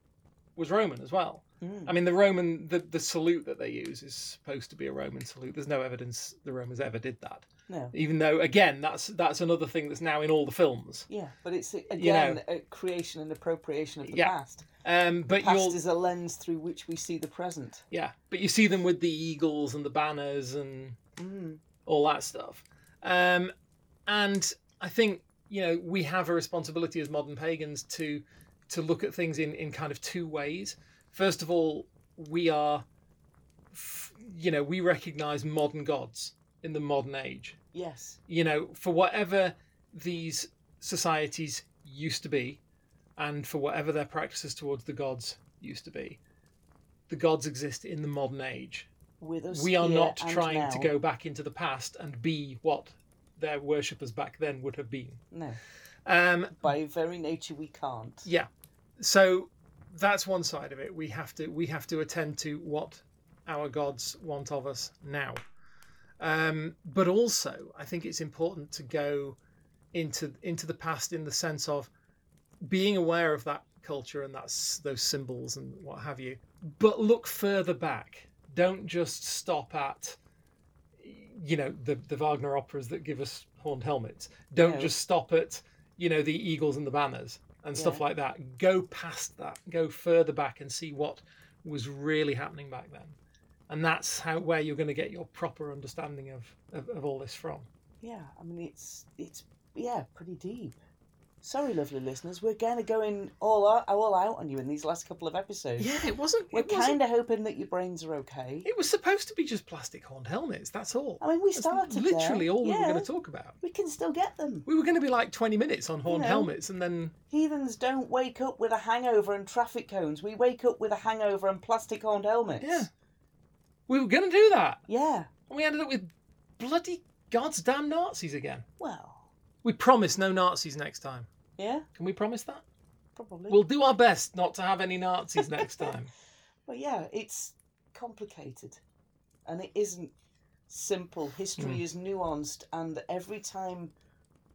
S1: was Roman as well.
S2: Mm.
S1: I mean, the Roman, the, the salute that they use is supposed to be a Roman salute. There's no evidence the Romans ever did that.
S2: No.
S1: Even though, again, that's that's another thing that's now in all the films.
S2: Yeah, but it's again
S1: know.
S2: a creation and appropriation of the
S1: Yeah.
S2: past.
S1: Um, but
S2: Past
S1: you'll
S2: is a lens through which we see the present.
S1: yeah, but you see them with the eagles and the banners and
S2: Mm.
S1: all that stuff. Um, and I think you know we have a responsibility as modern pagans to to look at things in in kind of two ways. First of all, we are f- you know we recognize modern gods in the modern age.
S2: Yes.
S1: You know, for whatever these societies used to be, and for whatever their practices towards the gods used to be, the gods exist in the modern age
S2: With us
S1: we are
S2: here
S1: not
S2: and
S1: trying to
S2: now.
S1: go back into the past and be what their worshippers back then would have been.
S2: No.
S1: Um,
S2: By very nature we can't.
S1: yeah, so that's one side of it. We have to we have to attend to what our gods want of us now. Um, but also, I think it's important to go into into the past in the sense of being aware of that culture and that's those symbols and what have you. But look further back. Don't just stop at you know the the Wagner operas that give us horned helmets. Don't
S2: No.
S1: just stop at you know the eagles and the banners and stuff
S2: Yeah.
S1: like that. Go past that. Go further back and see what was really happening back then. And that's how where you're going to get your proper understanding of, of, of all this from.
S2: Yeah, I mean it's it's yeah, pretty deep. Sorry, lovely listeners, we're gonna go in all out, all out on you in these last couple of episodes.
S1: Yeah, it wasn't.
S2: we're
S1: it wasn't-
S2: kind of hoping that your brains are okay.
S1: It was supposed to be just plastic horned helmets. That's all.
S2: I mean, Oh, we
S1: That's
S2: started
S1: literally
S2: there.
S1: all we
S2: yeah,
S1: were going to talk about.
S2: We can still get them.
S1: We were going to be like 20 minutes on horned
S2: know.
S1: helmets, and then
S2: Heathens don't wake up with a hangover and traffic cones. We wake up with a hangover and plastic horned helmets.
S1: Yeah. we were going to do that,
S2: Yeah.
S1: and we ended up with bloody god's damn Nazis again.
S2: Well.
S1: We promise no Nazis next time.
S2: Yeah.
S1: Can we promise that?
S2: Probably.
S1: We'll do our best not to have any Nazis next time.
S2: But yeah, it's complicated and it isn't simple.
S1: Hmm.
S2: History is nuanced, and every time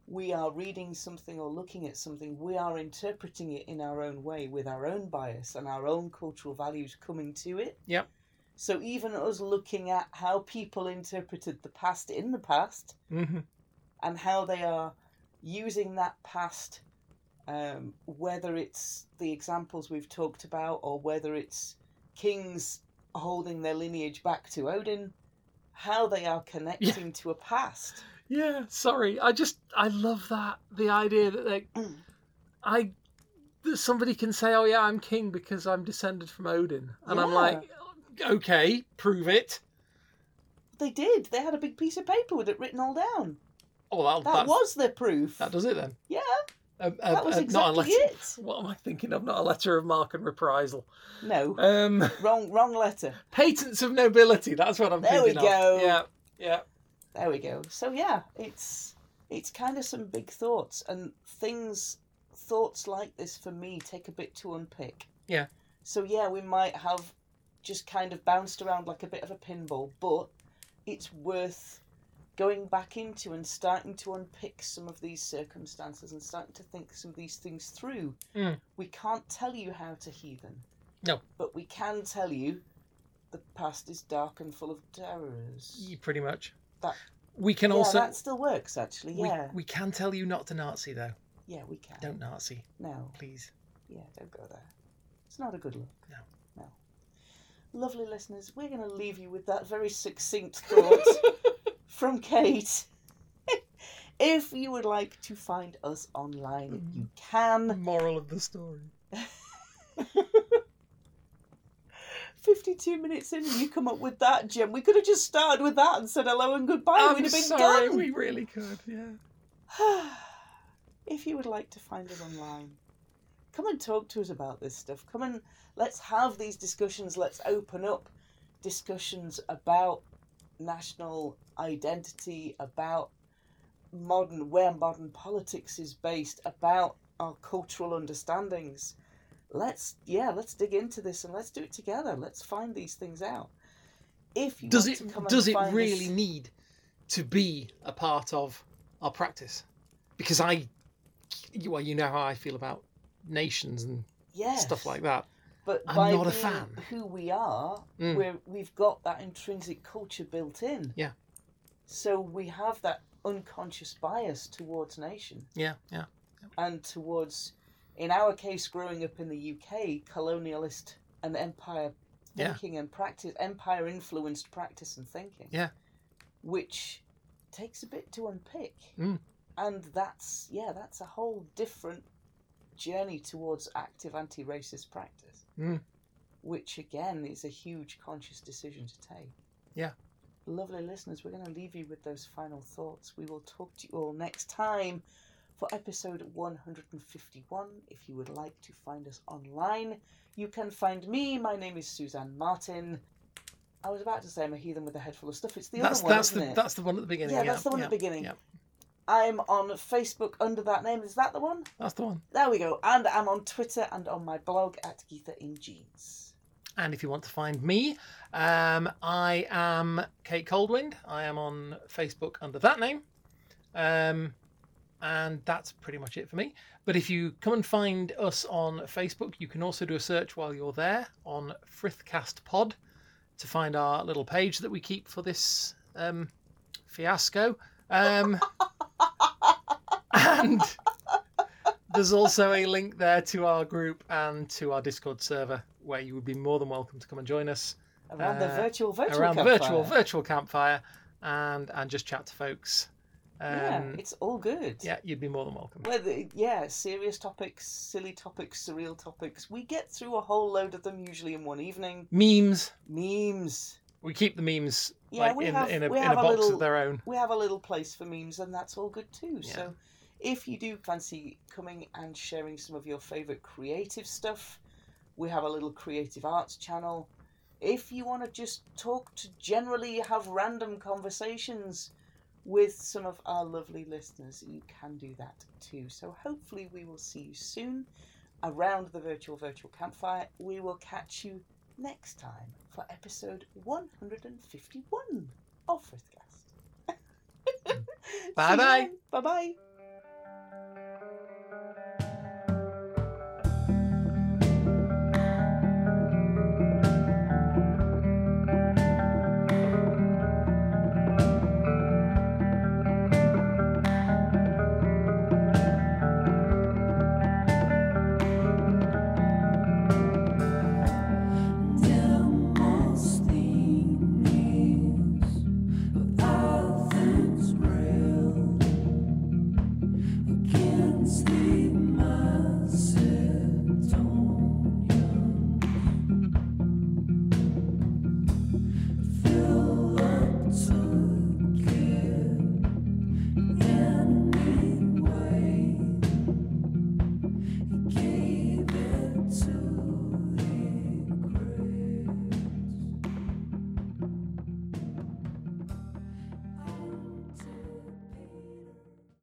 S2: we are reading something or looking at something, we are interpreting it in our own way with our own bias and our own cultural values coming to it.
S1: Yep.
S2: So even us looking at how people interpreted the past in the past
S1: hmm
S2: and how they are using that past, um, whether it's the examples we've talked about or whether it's kings holding their lineage back to Odin, how they are connecting to a past.
S1: (laughs) Yeah, sorry. I just I love that the idea that like
S2: Mm.
S1: I that somebody can say, "Oh yeah, I'm king because I'm descended from Odin," and I'm
S2: Yeah.
S1: like, "Okay, prove it."
S2: They did. They had a big piece of paper with it written all down.
S1: Oh, that'll,
S2: That
S1: that's-
S2: was their proof.
S1: that does it then.
S2: yeah,
S1: A- a-
S2: that was
S1: a- not a
S2: exactly
S1: letter-
S2: it.
S1: What am I thinking of? Not a letter of mark and reprisal.
S2: No,
S1: Um, (laughs)
S2: wrong, wrong letter.
S1: patents of nobility. That's what I'm
S2: There we
S1: thinking of.
S2: go.
S1: Yeah, yeah.
S2: There we go. So yeah, it's it's kind of some big thoughts and things thoughts like this for me take a bit to unpick.
S1: Yeah.
S2: So yeah, we might have just kind of bounced around like a bit of a pinball, but it's worth going back into and starting to unpick some of these circumstances and starting to think some of these things through.
S1: Mm.
S2: We can't tell you how to heathen.
S1: No.
S2: But we can tell you the past is dark and full of terrors.
S1: Y- Pretty much.
S2: That-
S1: we can
S2: yeah,
S1: also
S2: that still works actually. Yeah,
S1: we, we can tell you not to Nazi though.
S2: yeah, we can.
S1: Don't Nazi,
S2: No,
S1: please.
S2: yeah, don't go there. It's not a good look.
S1: No.
S2: no. Lovely listeners, we're going to leave you with that very succinct (laughs) thought
S1: (laughs)
S2: from Kate. (laughs) if you would like to find us online,
S1: Mm-hmm.
S2: you can.
S1: Moral of the story.
S2: Feel 52 minutes in and you come up with that, Jim. We could have just started with that and said hello and goodbye.
S1: I'm
S2: We'd have been
S1: sorry,
S2: done.
S1: we really could. Yeah.
S2: (sighs) if you would like to find us online, come and talk to us about this stuff. Come and let's have these discussions. Let's open up discussions about national identity, about modern where modern politics is based, about our cultural understandings. Let's yeah, let's dig into this and let's do it together. Let's find these things out. If you
S1: Does
S2: want
S1: it
S2: to come
S1: does
S2: and
S1: it
S2: find
S1: really
S2: us-
S1: need to be a part of our practice? Because I, well, you know how I feel about nations and stuff
S2: Yes.
S1: like that.
S2: but
S1: I'm
S2: by
S1: not a
S2: being
S1: fan.
S2: who we are,
S1: Mm.
S2: we're, we've got that intrinsic culture built in.
S1: Yeah.
S2: So we have that unconscious bias towards nation
S1: Yeah, yeah.
S2: and towards, in our case, growing up in the UK, colonialist and empire
S1: Yeah.
S2: thinking and practice, empire influenced practice and thinking.
S1: Yeah.
S2: Which takes a bit to unpick.
S1: Mm.
S2: And that's, yeah, that's a whole different journey towards active anti racist practice.
S1: Mm.
S2: Which, again, is a huge conscious decision to take.
S1: Yeah.
S2: Lovely listeners, we're going to leave you with those final thoughts. We will talk to you all next time for episode 151. If you would like to find us online, you can find me. My name is Suzanne Martin. I was about to say I'm a heathen with a head full of stuff. It's the
S1: that's
S2: other one,
S1: that's
S2: isn't
S1: the
S2: it?
S1: that's the one at the beginning.
S2: yeah, that's the one at the beginning.
S1: yeah.
S2: I'm on Facebook under that name. Is that the one?
S1: That's the one.
S2: There we go. And I'm on Twitter and on my blog at Geetha in Jeans.
S1: And if you want to find me, um, I am Kate Coldwind. I am on Facebook under that name. Um, and that's pretty much it for me. But if you come and find us on Facebook, you can also do a search while you're there on Frithcast Pod to find our little page that we keep for this um, fiasco. Um, (laughs) and there's also a link there to our group and to our Discord server where you would be more than welcome to come and join us
S2: Around the
S1: Uh,
S2: virtual virtual
S1: around the
S2: campfire.
S1: virtual virtual campfire and and just chat to folks.
S2: yeah,
S1: Um,
S2: it's all good.
S1: yeah, you'd be more than welcome.
S2: Whether, yeah, serious topics, silly topics, surreal topics. We get through a whole load of them usually in one evening.
S1: Memes.
S2: Memes.
S1: We keep the memes
S2: Yeah,
S1: like
S2: we
S1: in,
S2: have-
S1: in a,
S2: we
S1: in
S2: have
S1: a
S2: a
S1: box
S2: little-
S1: of their own.
S2: We have a little place for memes, and that's all good too.
S1: Yeah.
S2: So, if you do fancy coming and sharing some of your favourite creative stuff, we have a little creative arts channel. If you want to just talk to generally have random conversations with some of our lovely listeners, you can do that too. So, hopefully, we will see you soon around the virtual virtual campfire. We will catch you next time for episode 151 of Frithcast. (laughs)
S1: Bye-bye.
S2: Bye bye.